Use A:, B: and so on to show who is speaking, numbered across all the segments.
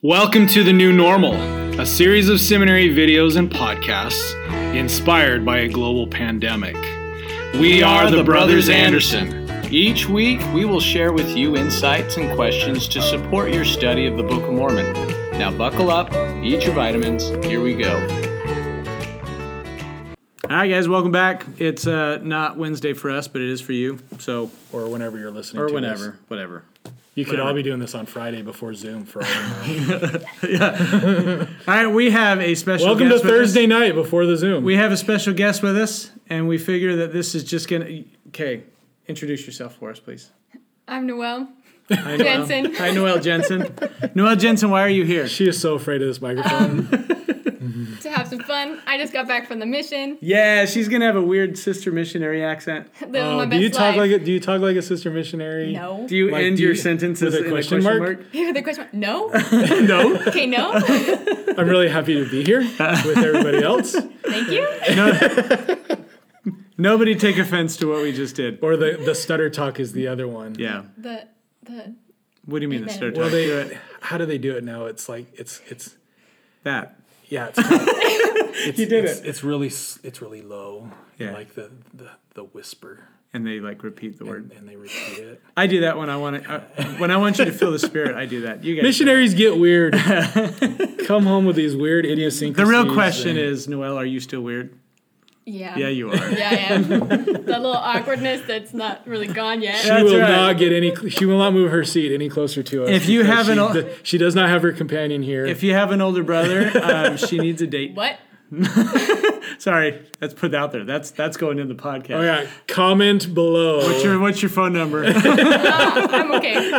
A: Welcome to The New Normal, a series of seminary videos and podcasts inspired by a global pandemic. We are the Brothers Anderson.
B: Each week, we will share with you insights and questions to support your study of the Book of Mormon. Now, buckle up, eat your vitamins. Here we go.
C: All right, guys, welcome back. It's uh, not Wednesday for us, but it is for you. So,
A: Or whenever you're listening
C: or
A: to
C: whenever,
A: this.
C: whatever.
A: You could all be doing this on Friday before Zoom for all we know.
C: All right, we have a special.
A: Welcome to
C: guest with us.
A: Thursday night before the Zoom.
C: We have a special guest with us, and we figure that this is just gonna. Okay, introduce yourself for us, please.
D: I'm Noelle.
C: Hi, Noelle.
D: Jensen.
C: Hi, Noelle Jensen. Noelle Jensen, why are you here?
A: she is so afraid of this microphone.
D: to have some fun. I just got back from the mission.
C: Yeah, she's gonna have a weird sister missionary accent.
D: Living
A: Oh,
D: my
A: do
D: best
A: you talk like
D: life.
A: a, do you talk like a sister missionary?
D: no.
C: Do you
A: Like,
C: end
A: do
C: your
A: you-
C: sentences
A: with a
C: in
A: question
C: a question
A: mark?
C: mark?
D: Hear the question? No.
C: no.
D: Okay, no.
A: I'm really happy to be here with everybody else,
D: Thank you.
C: Nobody take offense to what we just did.
A: or the the stutter talk is the other one.
C: Yeah.
D: The the
C: What do you mean the start?
A: Well,
C: time?
A: they how do they do it now? It's like it's it's
C: that.
A: Yeah, it's, kind of- it's,
C: did
A: it's,
C: it.
A: It's really s- it's really low. Yeah.
C: Yeah.
A: like the, the the whisper,
C: And they like repeat the word.
A: and they repeat it.
C: I do that when I want to. Uh, when I want you to feel the spirit, I do that. You guys.
A: Missionaries get weird. Come home with these weird
C: The
A: idiosyncrasies.
C: real question is, Noelle, are you still weird?
D: yeah.
C: Yeah, you are.
D: Yeah, I am. that little awkwardness that's not really gone yet.
C: Yeah.
A: she will
C: That's right.
A: not get any. She will not move her seat any closer to us.
C: If you
A: because
C: have an
A: she,
C: al-
A: do- she does not have her companion here.
C: If you have an older brother, um, she needs a date.
D: What?
C: Sorry, that's put out there. That's that's going in the podcast.
A: oh yeah, comment below.
C: What's your what's your phone number? All
D: I'm okay.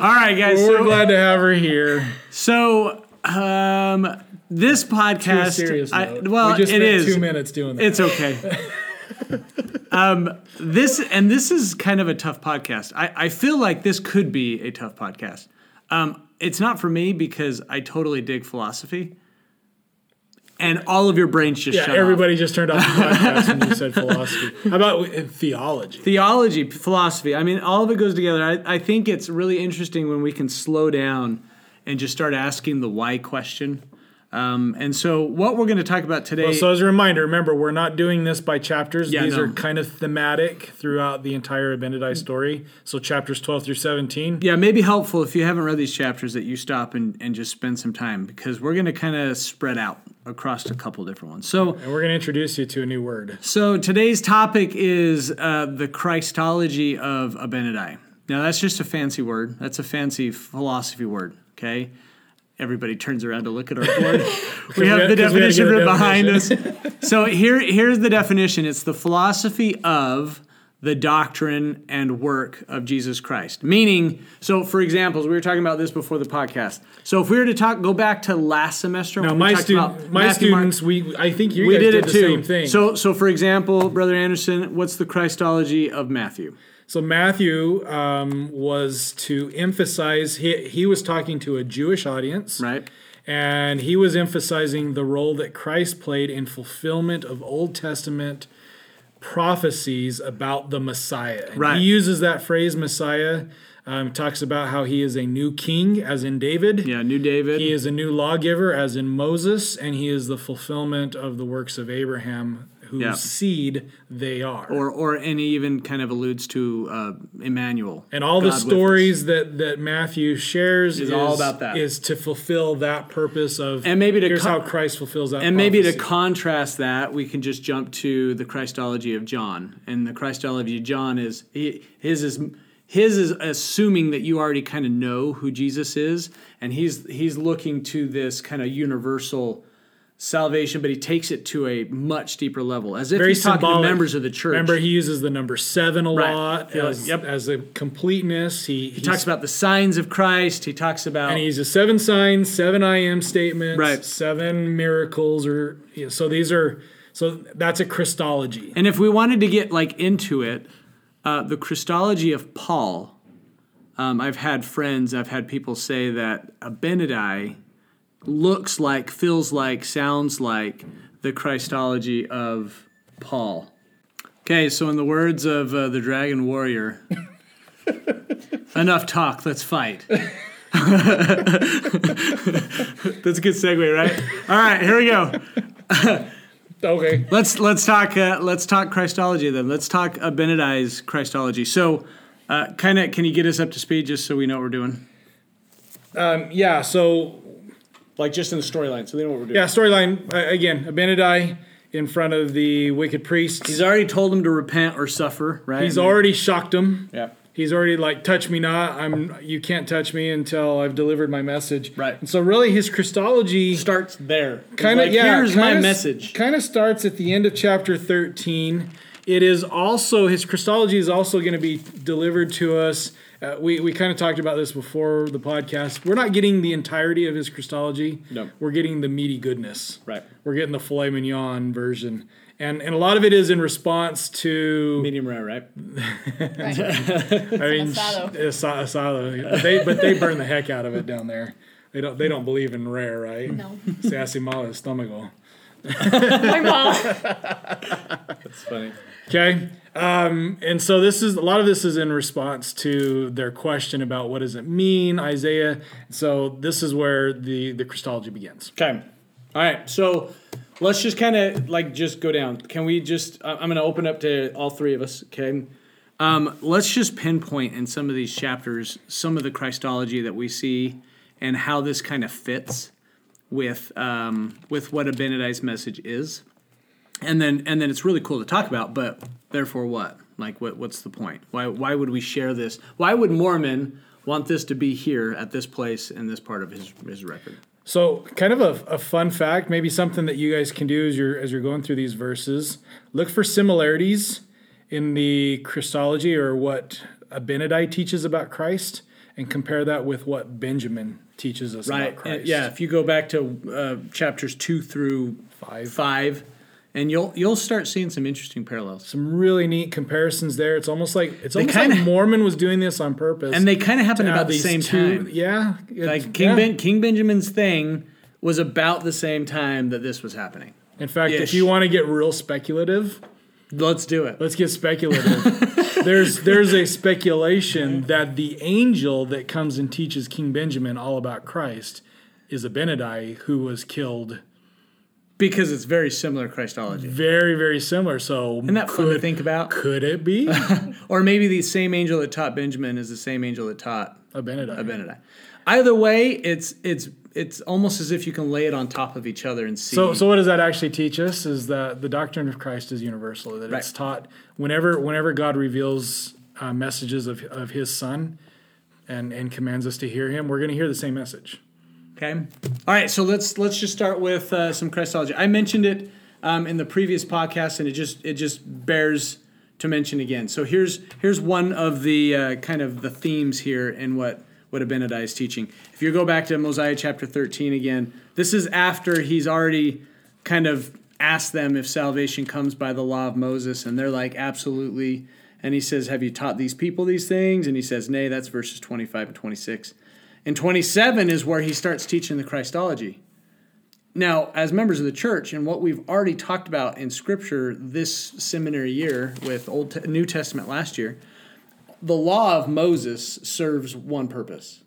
C: right, guys.
A: We're
C: So,
A: glad to have her here.
C: so um, this
A: On a
C: podcast.
A: serious
C: I-
A: note.
C: well,
A: we just
C: it
A: spent
C: is.
A: two minutes doing that.
C: It's okay. um, this and this is kind of a tough podcast. I, I feel like this could be a tough podcast. Um, it's not for me because I totally dig philosophy, and all of your brains just
A: yeah,
C: shut off.
A: everybody just turned off the podcast when you said philosophy. How about uh, theology?
C: Theology, philosophy. I mean, all of it goes together. I, I think it's really interesting when we can slow down and just start asking the why question. Um, and so, what we're going to talk about today.
A: Well, so as a reminder, remember we're not doing this by chapters.
C: Yeah,
A: These
C: no.
A: are kind of thematic throughout the entire Abinadi story. So chapters 12 through 17.
C: Yeah, it may be helpful if you haven't read these chapters that you stop and, and just spend some time because we're going to kind of spread out across a couple different ones. So,
A: And we're going to introduce you to a new word.
C: so today's topic is uh, the Christology of Abinadi. Now, that's just a fancy word. That's a fancy philosophy word. Okay, everybody turns around to look at our board. we
A: 'Cause we had- 'cause
C: have the
A: we
C: definition
A: had to
C: right
A: get a
C: behind us. so here, here's the definition. It's the philosophy of the doctrine and work of Jesus Christ. Meaning, so for examples, we were talking about this before the podcast. So if we were to talk, go back to last semester.
A: Now
C: when we
A: my
C: talked
A: student,
C: about
A: my
C: Matthew, Mark-
A: students, we I think you
C: we
A: guys
C: did it
A: the
C: too.
A: same thing.
C: So, so for example, Brother Anderson, what's the Christology of Matthew?
A: So Matthew um, was to emphasize he he was talking to a Jewish audience,
C: Right.
A: And he was emphasizing the role that Christ played in fulfillment of Old Testament prophecies about the Messiah. And
C: Right.
A: He uses that phrase Messiah. Um, talks about how he is a new king, as in David.
C: Yeah, New David.
A: He is a new lawgiver, as in Moses, and he is the fulfillment of the works of Abraham, whose
C: Yeah.
A: seed they are.
C: or, or and he even kind of alludes to uh, Emmanuel
A: and all the
C: God with us.
A: stories that that Matthew shares
C: Is all about that.
A: is to fulfill that purpose of
C: And maybe to
A: here's
C: co-
A: how Christ fulfills that
C: And maybe to
A: prophecy.
C: contrast that, we can just jump to the Christology of John. And the Christology of John is he, his is his is assuming that you already kind of know who Jesus is, and he's he's looking to this kind of universal salvation, but he takes it to a much deeper level, as if
A: very
C: he's talking
A: symbolic.
C: to members of the church.
A: Remember, he uses the number seven a
C: Right.
A: lot
C: Yeah,
A: as,
C: yep.
A: as a completeness. He,
C: he talks about the signs of Christ. He talks about
A: and he uses seven signs, seven I am statements,
C: Right.
A: seven miracles, or you know, so these are so that's a Christology.
C: And if we wanted to get like into it, uh, the Christology of Paul, um, I've had friends, I've had people say that Abinadi looks like, feels like, sounds like the Christology of Paul. Okay, so in the words of uh, the Dragon Warrior, enough talk, let's fight. That's a good segue, right? All right, here we go.
A: Okay.
C: Let's let's talk uh, let's talk Christology then. Let's talk uh, Benedict's Christology. So, uh, kind of, can you get us up to speed just so we know what we're doing?
A: Um, Yeah. So
C: Like just in the storyline, so they know what we're doing.
A: yeah, storyline uh, again. Abinadi in front of the wicked priest.
C: He's already told him to repent or suffer, right?
A: He's already shocked him.
C: Yeah.
A: He's already like, touch me not. I'm. You can't touch me until I've delivered my message.
C: Right.
A: And so really, his Christology
C: starts there. He's
A: kind of
C: like,
A: yeah.
C: Here's my message.
A: Kind of starts at the end of chapter thirteen. It is also his Christology is also going to be delivered to us. Uh, we we kind of talked about this before the podcast. We're not getting the entirety of his Christology.
C: No.
A: We're getting the meaty goodness.
C: Right.
A: We're getting the filet mignon version. And, and a lot of it is in response to
C: Medium rare, right?
D: Right.
A: I mean,
D: Asado.
A: sh- asa- asado. But They but they burn the heck out of it down there. They don't they don't believe in rare, right?
D: No.
A: Sassy mala is stomacho.
D: My mom.
B: It's funny.
A: Okay. Um, and so this is a lot of this is in response to their question about what does it mean, Isaiah. So this is where the the Christology begins.
C: Okay. All right. So let's just kind of like just go down. Can we just? I- I'm going to open up to all three of us. Okay. Um, let's just pinpoint in some of these chapters some of the Christology that we see and how this kind of fits with um, with what a Benedict's message is, and then and then it's really cool to talk about. But therefore, what? Like, what? What's the point? Why? Why would we share this? Why would Mormon want this to be here at this place in this part of his his record?
A: So kind of a, a fun fact, maybe something that you guys can do as you're as you're going through these verses. Look for similarities in the Christology or what Abinadi teaches about Christ, and compare that with what Benjamin teaches us
C: Right.
A: about
C: and-
A: Christ.
C: yeah. If you go back to uh, chapters two through
A: Five.
C: five, and you'll you'll start seeing some interesting parallels.
A: Some really neat comparisons there. It's almost like it's almost
C: kinda-
A: like Mormon was doing this on purpose.
C: And they kind of happen
A: to
C: about
A: add
C: the
A: these
C: same
A: two-
C: time.
A: Yeah. it-
C: Like King
A: yeah.
C: ben, King Benjamin's thing was about the same time that this was happening.
A: In fact,
C: Ish.
A: if you want to get real speculative,
C: Let's do it.
A: Let's get speculative. there's there's a speculation that the angel that comes and teaches King Benjamin all about Christ is Abinadi who was killed.
C: Because it's very similar Christology.
A: Very very similar. So
C: Isn't that fun to think about?
A: could it be
C: Or maybe the same angel that taught Benjamin is the same angel that taught
A: Abinadi?
C: Benedict. Either way, it's it's it's almost as if you can lay it on top of each other and see.
A: So so what does that actually teach us? Is that the doctrine of Christ is universal. That it's
C: Right.
A: taught whenever whenever God reveals uh, messages of of His Son. And, and commands us to hear him, we're going to hear the same message.
C: Okay. All right. So let's let's just start with uh, some Christology. I mentioned it um, in the previous podcast, and it just it just bears to mention again. So here's here's one of the uh, kind of the themes here in what what Abinadi is teaching. If you go back to Mosiah chapter 13 again, this is after he's already kind of asked them if salvation comes by the law of Moses, and they're like, absolutely. And he says, Have you taught these people these things? And he says, Nay, that's verses 25 and 26. And 27 is where he starts teaching the Christology. Now, as members of the church, and what we've already talked about in Scripture this seminary year with Old Te- New Testament last year, the law of Moses serves one purpose.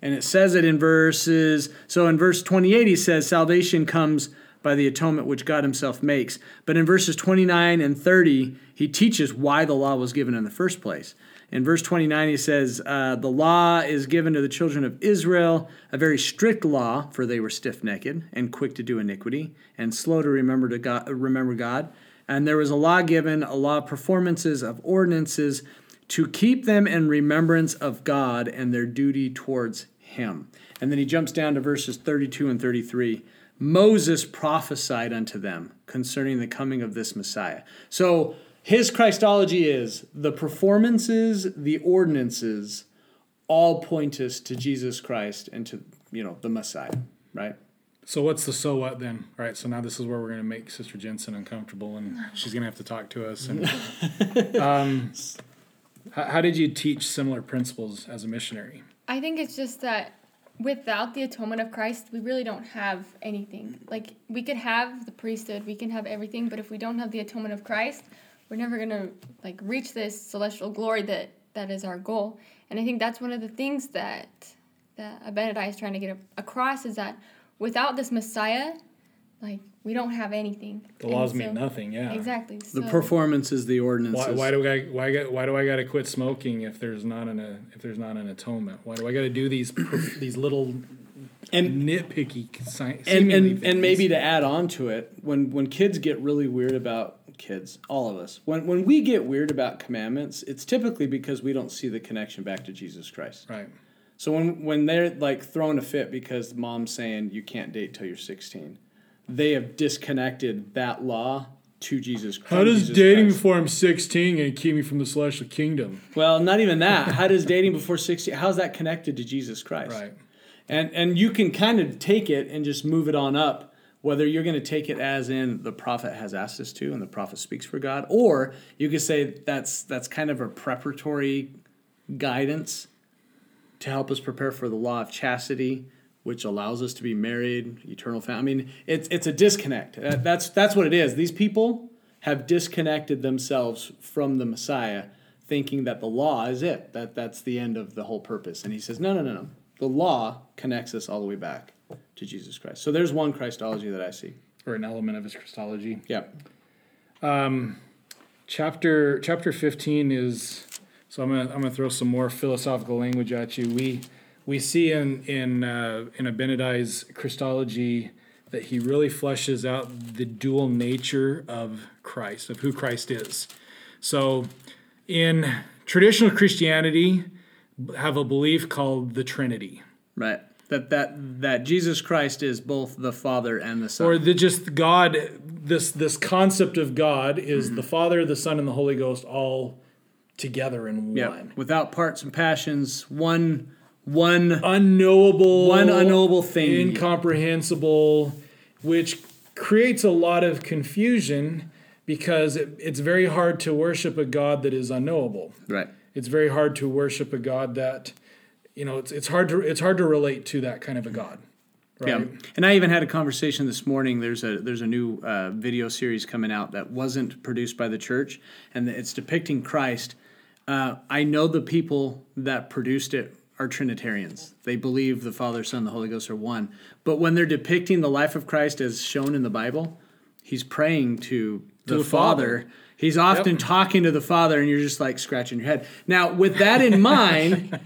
C: And it says it in verses, so in verse 28, he says, Salvation comes by the atonement which God himself makes. But in verses 29 and 30, he teaches why the law was given in the first place. In verse 29, he says, uh, The law is given to the children of Israel, a very strict law, for they were stiff necked and quick to do iniquity and slow to remember, to God, remember God. And there was a law given, a law of performances, of ordinances, to keep them in remembrance of God and their duty towards him. And then he jumps down to verses 32 and 33. Moses prophesied unto them concerning the coming of this Messiah. So his Christology is the performances, the ordinances, all point us to Jesus Christ and to, you know, the Messiah, right?
A: So what's the so what then? All right, so now this is where we're going to make Sister Jensen uncomfortable, and she's going to have to talk to us. And, um, how, how did you teach similar principles as a missionary?
E: I think it's just that without the atonement of Christ, we really don't have anything. Like we could have the priesthood, we can have everything, but if we don't have the atonement of Christ, we're never going to like reach this celestial glory that that is our goal. And I think that's one of the things that that Abinadi is trying to get a- across is that without this Messiah, like we don't have anything.
A: The laws
E: And
A: mean
E: so-
A: nothing. Yeah.
E: Exactly.
C: The
E: so-
C: performance is the ordinances.
A: Why, why do I why got- why do I got to quit smoking if there's not an uh, if there's not an atonement? Why do I got to do these perf- these little
C: and
A: nitpicky science
C: and, and, and maybe to add on to it, when when kids get really weird about kids, all of us, when when we get weird about commandments, it's typically because we don't see the connection back to Jesus Christ.
A: right?
C: So when when they're like throwing a fit because mom's saying you can't date till you're 16, they have disconnected that law to Jesus Christ.
A: How does dating before I'm 16 and keep me from the celestial kingdom?
C: Well, not even that. How does dating before 16? How's that connected to Jesus Christ?
A: Right.
C: and and you can kind of take it and just move it on up whether you're going to take it as in the prophet has asked us to and the prophet speaks for god or you could say that's that's kind of a preparatory guidance to help us prepare for the law of chastity which allows us to be married eternal family i mean it's it's a disconnect That- that's that's what it is these people have disconnected themselves from the messiah thinking that the law is it that that's the end of the whole purpose and he says no no no no the law connects us all the way back to jesus christ so there's one christology that i see
A: Or an element of his Christology.
C: yeah
A: Chapter chapter 15 is so I'm gonna I'm gonna throw some more philosophical language at you. We we see in in uh, in Abinadi's Christology that he really fleshes out the dual nature of Christ of who Christ is. So in traditional Christianity have a belief called the Trinity.
C: right that that that jesus christ is both the father and the son
A: or the just God this this concept of God is the Father, the Son, and the Holy Ghost all together in one.
C: yeah without parts and passions one one
A: Unknowable,
C: One unknowable thing.
A: incomprehensible, which creates a lot of confusion because it, it's very hard to worship a God that is unknowable.
C: Right.
A: It's very hard to worship a God that, you know, it's it's hard to it's hard to relate to that kind of a God. Right.
C: Yeah. And I even had a conversation this morning. There's a there's a new uh, video series coming out that wasn't produced by the church, and it's depicting Christ. Uh, I know the people that produced it are Trinitarians. They believe the Father, Son, the Holy Ghost are one. But when they're depicting the life of Christ as shown in the Bible, he's praying to the,
A: the
C: Father.
A: Father.
C: He's often talking to the Father, and you're just like scratching your head. Now, with that in mind,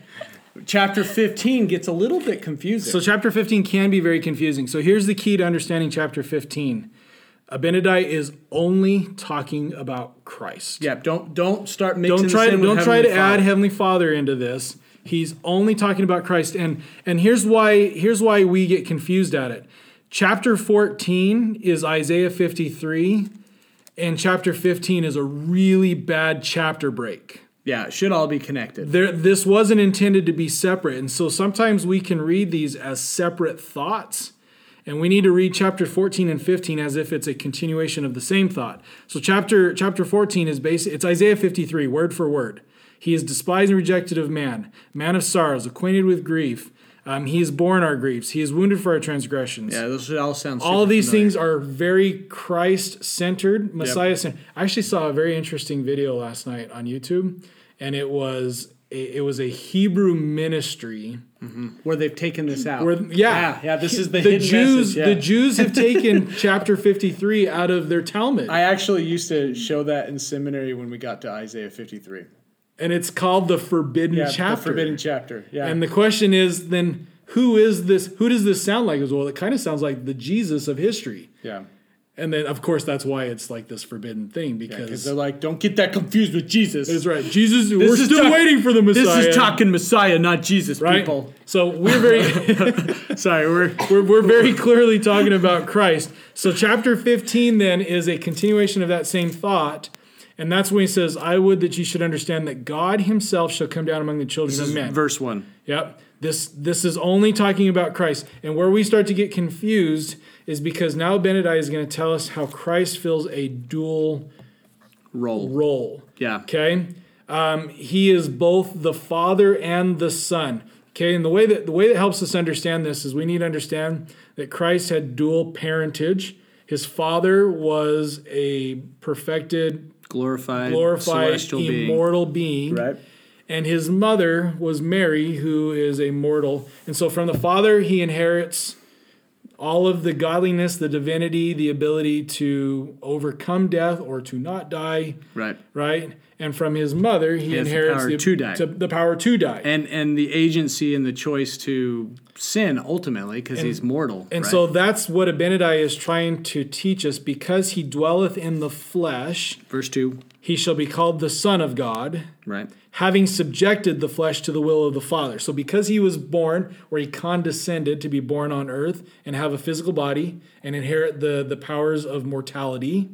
C: chapter 15 gets a little bit confusing.
A: So chapter 15 can be very confusing. So here's the key to understanding chapter 15. Abinadi is only talking about Christ.
C: Yeah, don't don't start mixing.
A: Don't
C: this
A: try
C: in
A: to
C: with
A: don't try to
C: Heavenly
A: add
C: Father.
A: Heavenly Father into this. He's only talking about Christ and and here's why here's why we get confused at it. Chapter 14 is Isaiah 53 and chapter 15 is a really bad chapter break
C: Yeah, it should all be connected.
A: there this wasn't intended to be separate and so sometimes we can read these as separate thoughts and we need to read chapter 14 and 15 as if it's a continuation of the same thought so chapter chapter 14 is basic it's isaiah 53 word for word he is despised and rejected of man man of sorrows acquainted with grief um, he is borne our griefs he is wounded for our transgressions
C: Yeah, those should all sound.
A: all
C: super
A: these
C: familiar.
A: things are very Christ centered, Messiah centered. I actually saw a very interesting video last night on YouTube, and it was a, it was a Hebrew ministry
C: where they've taken this out.
A: where yeah
C: yeah, yeah, This is the,
A: the
C: hidden
A: Jews
C: message, yeah.
A: the Jews have taken chapter fifty three out of their Talmud,
C: I actually used to show that in seminary when we got to Isaiah 53.
A: and it's called the forbidden
C: Yeah, the
A: chapter.
C: forbidden chapter. Yeah,
A: And the question is then who is this? Who does this sound like? As well, it kind of sounds like the Jesus of history.
C: yeah,
A: And then, of course, that's why it's like this forbidden thing
C: because
A: because
C: they're like, don't get that confused with Jesus.
A: That's right. Jesus, we're
C: is
A: still
C: talk-
A: waiting for the Messiah.
C: This is talking Messiah, not Jesus,
A: right?
C: people.
A: So we're very sorry. We're, we're we're very clearly talking about Christ. So chapter fifteen then is a continuation of that same thought. And that's when he says, I would that you should understand that God himself shall come down among the children of men.
C: Verse one.
A: Yep. This this is only talking about Christ. And where we start to get confused is because now Benedict is going to tell us how Christ fills a dual
C: Roll.
A: role.
C: Yeah.
A: Okay. Um, he is both the Father and the Son. Okay, and the way that the way that helps us understand this is we need to understand that Christ had dual parentage. His father was a perfected,
C: Glorified,
A: glorified,
C: celestial being.
A: immortal being.
C: Right.
A: and his mother was Mary, who is a mortal. And so from the Father, he inherits all of the godliness, the divinity, the ability to overcome death or to not die,
C: Right.
A: right? And from his mother, he
C: has the
A: inherits
C: power to die.
A: the power to die.
C: And and the agency and the choice to sin ultimately because he's mortal.
A: And
C: right?
A: so that's what Abinadi is trying to teach us. Because he dwelleth in the flesh,
C: verse two,
A: he shall be called the Son of God,
C: right?
A: having subjected the flesh to the will of the Father. So because he was born, where he condescended to be born on earth and have a physical body and inherit the, the powers of mortality,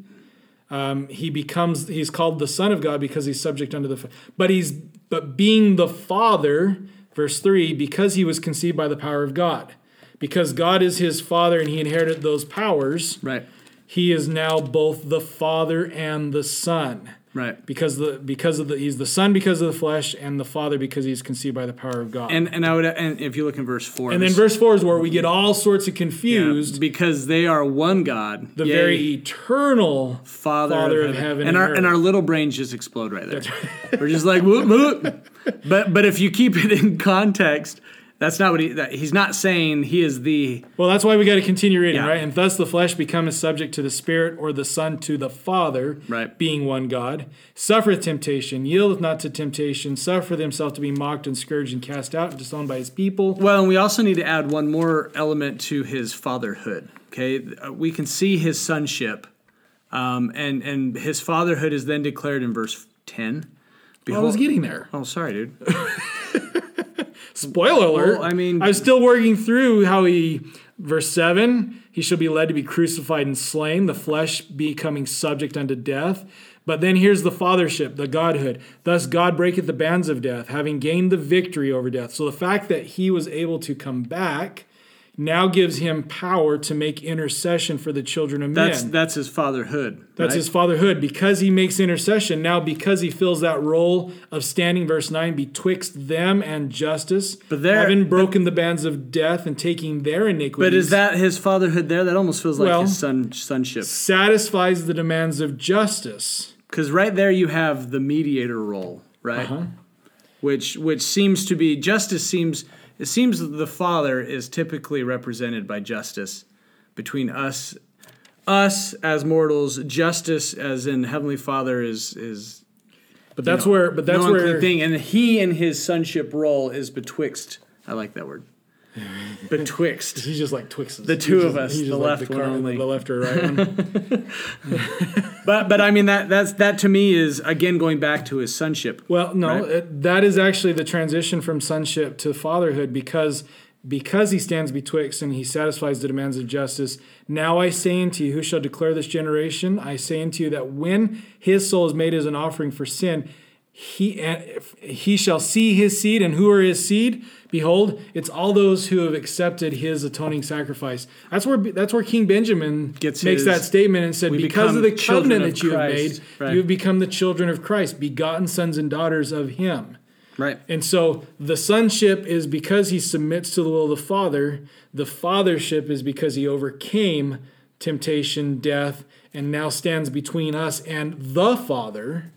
A: um, he becomes he's called the Son of God because he's subject unto the. fa- But he's but being the Father, verse three, because he was conceived by the power of God. Because God is his father and he inherited those powers,
C: Right.
A: he is now both the father and the son
C: Right.
A: because the because of the he's the son because of the flesh and the father because he's conceived by the power of God.
C: And and I would and if you look in verse four,
A: And then
C: this-
A: verse four is where we get all sorts of
C: yeah,
A: confused.
C: because they are one God,
A: the
C: yea,
A: very eternal
C: Father,
A: Father
C: of,
A: of
C: heaven,
A: heaven
C: and
A: and
C: our and
A: earth.
C: our little brains just explode right there. We're just like whoop whoop. But but if you keep it in context, that's not what he that, he's not saying. He is the
A: Well, that's why we got to continue reading,
C: Yeah.
A: right? And thus the flesh becometh subject to the spirit, or the son to the father,
C: Right.
A: being one God, suffereth temptation, yieldeth not to temptation, suffereth himself to be mocked and scourged and cast out and disowned by his people.
C: Well, and we also need to add one more element to his fatherhood. Okay, Uh, we can see his sonship, um, and and his fatherhood is then declared in verse ten.
A: Oh, I was getting there.
C: Oh, sorry, dude.
A: Spoiler alert.
C: Well, I mean-
A: I was still working through how he, verse 7, he shall be led to be crucified and slain, the flesh becoming subject unto death. But then here's the fathership, the godhood. Thus God breaketh the bands of death, having gained the victory over death. So the fact that he was able to come back now gives him power to make intercession for the children of
C: That's
A: men.
C: that's his fatherhood.
A: That's
C: right?
A: his fatherhood. Because he makes intercession, now because he fills that role of standing, verse 9, betwixt them and justice,
C: But there-
A: having broken the bands of death and taking their iniquities,
C: But is that his fatherhood there? That almost feels like
A: Well-
C: his son sonship.
A: satisfies the demands of justice.
C: Because right there you have the mediator role, right?
A: Uh-huh.
C: Which which seems to be justice seems it seems that the father is typically represented by justice between us us as mortals, justice as in Heavenly Father is is
A: But that's
C: know,
A: where but that's
C: no unclean
A: where
C: thing. And he in his sonship role is betwixt I like that word. Betwixt.
A: he's just like twixt
C: The two of us, the left
A: the
C: one
A: car-
C: only.
A: the left or right one.
C: But but I mean that that's that to me is again going back to his sonship.
A: Well, no,
C: Right?
A: it, that is actually the transition from sonship to fatherhood because because he stands betwixt and he satisfies the demands of justice. Now I say unto you, who shall declare this generation? I say unto you that when his soul is made as an offering for sin, he and if- he shall see his seed, and who are his seed? Behold, it's all those who have accepted his atoning sacrifice. That's where that's where King Benjamin
C: Gets
A: makes
C: his-
A: that statement and said,
C: "We
A: because of
C: become
A: the
C: children
A: covenant
C: of
A: that you have
C: Christ."
A: made,
C: Right.
A: you have become the children of Christ, begotten sons and daughters of Him.
C: Right.
A: And so the sonship is because he submits to the will of the Father. The fathership is because he overcame temptation, death, and now stands between us and the Father,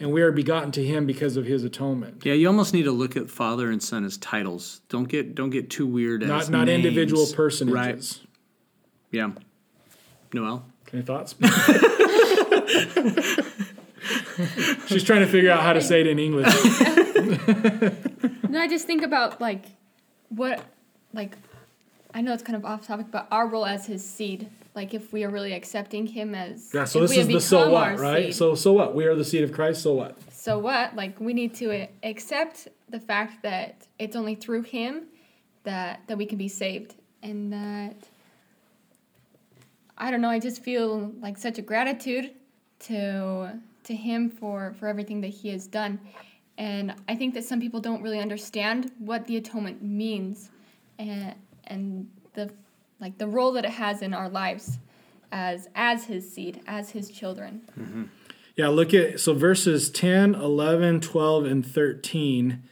A: and we are begotten to him because of his atonement.
C: Yeah, you almost need to look at father and son as titles. Don't get don't get too weird as
A: Not not
C: names.
A: individual
C: Right.
A: personages.
C: Yeah. Noel.
A: Any thoughts? She's trying to figure out how to say it in English.
E: No, I just think about like what like I know it's kind of off topic, but our role as his seed, like if we are really accepting him as
A: Yeah, Ah, so
E: if
A: this
E: we
A: is
E: have
A: the so
E: become
A: what,
E: our
A: right?
E: seed.
A: So so what? We are the seed of Christ, so what?
E: so what? Like we need to uh, accept the fact that it's only through him that that we can be saved and that I don't know, I just feel like such a gratitude to to him for for everything that he has done. And I think that some people don't really understand what the atonement means and and the like the role that it has in our lives as as his seed, as his children.
A: Yeah, look at so verses 10, 11, 12 and 13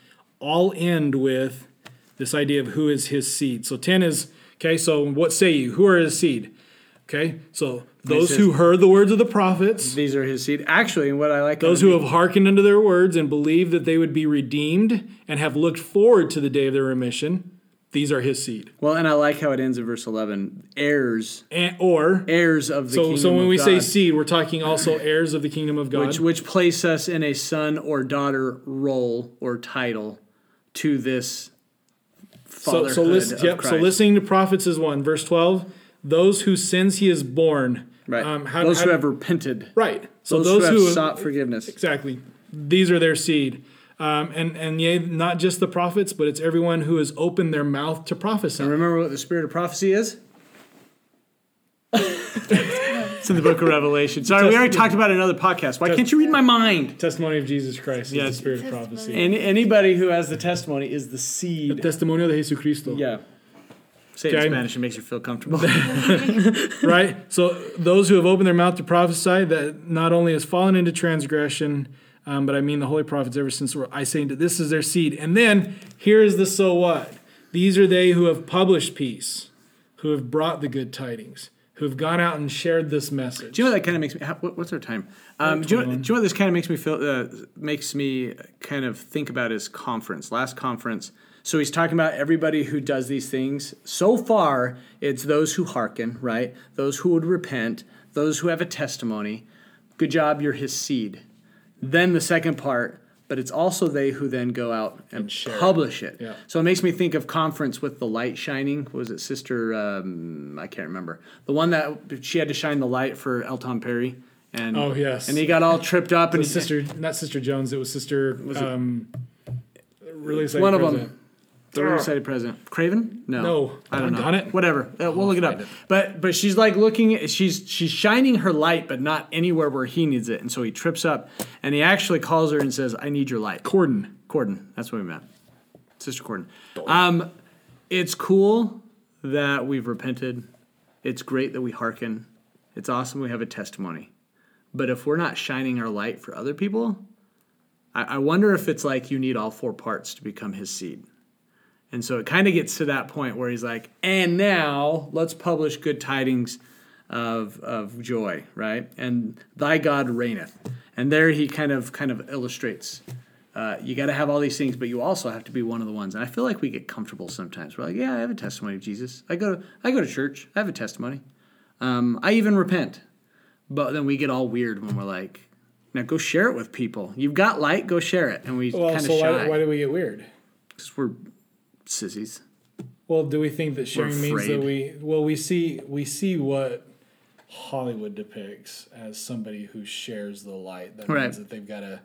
A: all end with this idea of who is his seed. So 10 is okay, so what say you? Who are his seed? Okay, so those
C: says-
A: who heard the words of the prophets,
C: These are his seed. Actually, what I like
A: those who have hearkened unto their words and believed that they would be redeemed and have looked forward to the day of their remission, these are his seed.
C: well, and I like how it ends in verse eleven. Heirs,
A: And, or
C: heirs of the
A: so
C: kingdom.
A: so when
C: of
A: we say
C: God,
A: seed, we're talking also heirs of the kingdom of God.
C: which which place us in a son or daughter role or title to this
A: so
C: fatherhood
A: so listen,
C: of
A: yep. So
C: Christ.
A: listening to prophets is one. Verse twelve: Those whose sins he is borne.
C: Right.
A: Um, how,
C: those
A: how-
C: who have repented.
A: right. So
C: Those, who have sought forgiveness.
A: Exactly. These are their seed. Um, and, and yea, not just the prophets, but it's everyone who has opened their mouth to prophesy.
C: Remember what the spirit of prophecy is? it's in the book of Revelation. Sorry, we already talked about it in another podcast. Why can't you read my mind?
A: Testimony of Jesus Christ is
C: Yeah.
A: the spirit of
D: Testimony.
A: prophecy.
C: And anybody who has the testimony is the seed.
A: Testimonio de Jesucristo.
C: yeah. Say it in
A: Okay.
C: Spanish, it makes you feel comfortable.
A: Right? So those who have opened their mouth to prophesy that not only has fallen into transgression, um, but I mean the holy prophets ever since were I say that this is their seed. And then here is the so what. These are they who have published peace, who have brought the good tidings, who have gone out and shared this message.
C: Do you know what that kind of makes me? How, what, what's our time? Um, do, you know, do you know what this kind of makes me feel? Uh, makes me kind of think about his conference, last conference. So he's talking about everybody who does these things. So far, it's those who hearken, right? Those who would repent, those who have a testimony. Good job, you're his seed. Then the second part, but it's also they who then go out and,
A: share it.
C: publish it.
A: Yeah.
C: So it makes me think of conference with the light shining. What was it Sister? Um, I can't remember the one that she had to shine the light for Elton Perry. And
A: Oh, yes.
C: and he got all tripped up and
A: It was sister, not sister Jones. It was sister. um, really excited
C: One of
A: president.
C: them. The Riverside president, Craven? No,
A: Oh. No.
C: I don't know.
A: Darn it.
C: Whatever. Uh, we'll look it up. But but she's like looking. She's she's shining her light, but not anywhere where he needs it. And so he trips up, and he actually calls her and says, "I need your light."
A: Corden.
C: Corden. That's what we meant. Sister Corden. Um, it's cool that we've repented. It's great that we hearken. It's awesome we have a testimony. But if we're not shining our light for other people, I, I wonder if it's like you need all four parts to become his seed. And so it kind of gets to that point where he's like, and now let's publish good tidings of, of joy, right? And thy God reigneth. And there he kind of kind of illustrates uh, you got to have all these things, but you also have to be one of the ones. And I feel like we get comfortable sometimes. We're like, yeah, I have a testimony of Jesus. I go to I go to church. I have a testimony. Um, I even repent. But then we get all weird when we're like, now go share it with people. You've got light, go share it. And we
A: Well,
C: kind of
A: so why,
C: shy
A: why do we get weird?
C: 'Cause we're sissies.
A: Well, do we think that sharing means that we? Well, we see we see what Hollywood depicts as somebody who shares the light. That
C: Right.
A: means that they've got to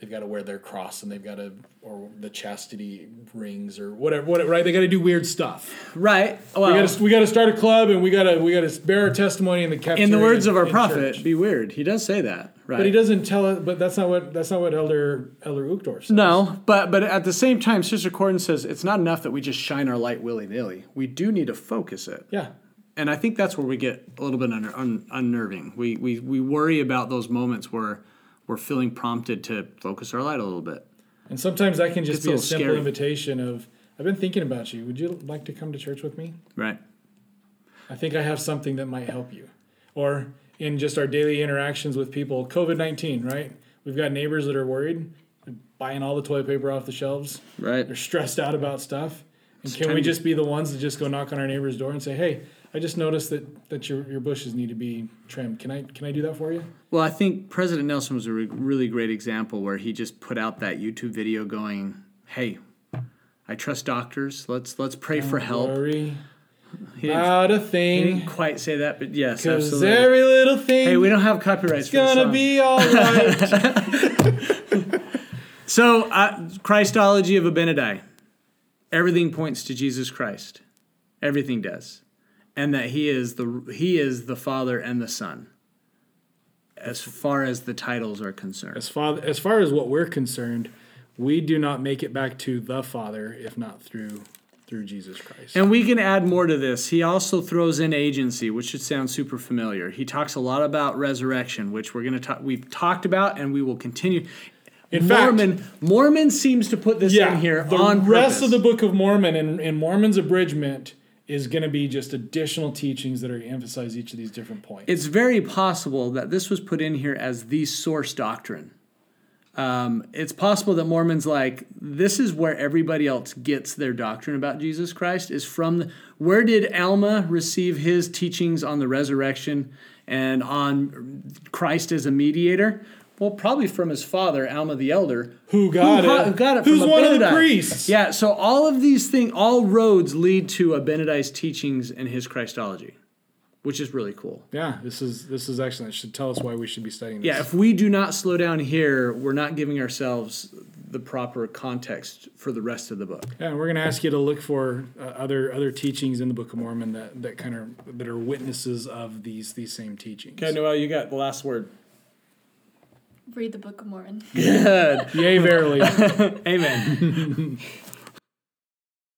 A: they've got to wear their cross and they've got to or the chastity rings or whatever. What right? They got to do weird stuff.
C: Right. Well,
A: We got to we got to start a club and we got to we got to bear our testimony in the
C: in the
A: cafeteria
C: words of our
A: in
C: prophet,
A: church.
C: be weird. He does say that, right?
A: But he doesn't tell us. But that's not what that's not what Elder Elder Uchtdorf says.
C: No, but but at the same time, Sister Corden says it's not enough that we just shine our light willy nilly. We do need to focus it.
A: Yeah.
C: and I think that's where we get a little bit un- un- unnerving. We, we we worry about those moments where we're feeling prompted to focus our light a little bit.
A: And sometimes that can just
C: It's a
A: be a,
C: little
A: simple
C: scary.
A: invitation of I've been thinking about you. Would you like to come to church with me?
C: Right.
A: I think I have something that might help you. Or in just our daily interactions with people, COVID 19, right? We've got neighbors that are worried, they're buying all the toilet paper off the shelves,
C: Right.
A: they're stressed out about stuff. And can
C: time
A: we
C: to-
A: just be the ones that just go knock on our neighbor's door and say, hey, I just noticed that, that your, your bushes need to be trimmed. Can I can I do that for you?
C: Well, I think President Nelson was a re- really great example where he just put out that YouTube video going, "Hey, I trust doctors. Let's let's pray for help."
A: Worry
C: He didn't,
A: about a
C: he
A: thing.
C: didn't quite say that, but yes,
A: Because
C: absolutely.
A: every little thing
C: hey, we don't have copyrights
A: is
C: for this
A: gonna
C: song.
A: be alright.
C: So, uh, Christology of Abinadi. Everything points to Jesus Christ. Everything does. And that he is the he is the Father and the Son. As far as the titles are concerned.
A: As far, as far as what we're concerned, we do not make it back to the Father if not through through Jesus Christ.
C: And we can add more to this. He also throws in agency, which should sound super familiar. He talks a lot about resurrection, which we're going to talk we've talked about and we will continue.
A: In fact-
C: Mormon Mormon seems to put this in here
A: the
C: on
A: rest
C: purpose.
A: of the Book of Mormon and, and Mormon's abridgment is going to be just additional teachings that are going to emphasize each of these different points.
C: It's very possible that this was put in here as the source doctrine. Um, it's possible that Mormons like this is where everybody else gets their doctrine about Jesus Christ is from. The, where did Alma receive his teachings on the resurrection and on Christ as a mediator? Well, probably from his father, Alma the elder,
A: Who got
C: ho-
A: it?
C: who got it?
A: Who's
C: from
A: one of the
C: Abinadi.
A: priests?
C: Yeah. So all of these things, all roads lead to Abinadi's teachings and his Christology, which is really cool.
A: Yeah, this is this is excellent. It should tell us why we should be studying this.
C: Yeah, if we do not slow down here, we're not giving ourselves the proper context for the rest of the book.
A: Yeah, and we're going to ask you to look for uh, other other teachings in the Book of Mormon that that kind of that are witnesses of these these same teachings.
C: Noel, you got the last word.
D: Read the Book of Mormon.
A: Yay, verily.
C: Amen.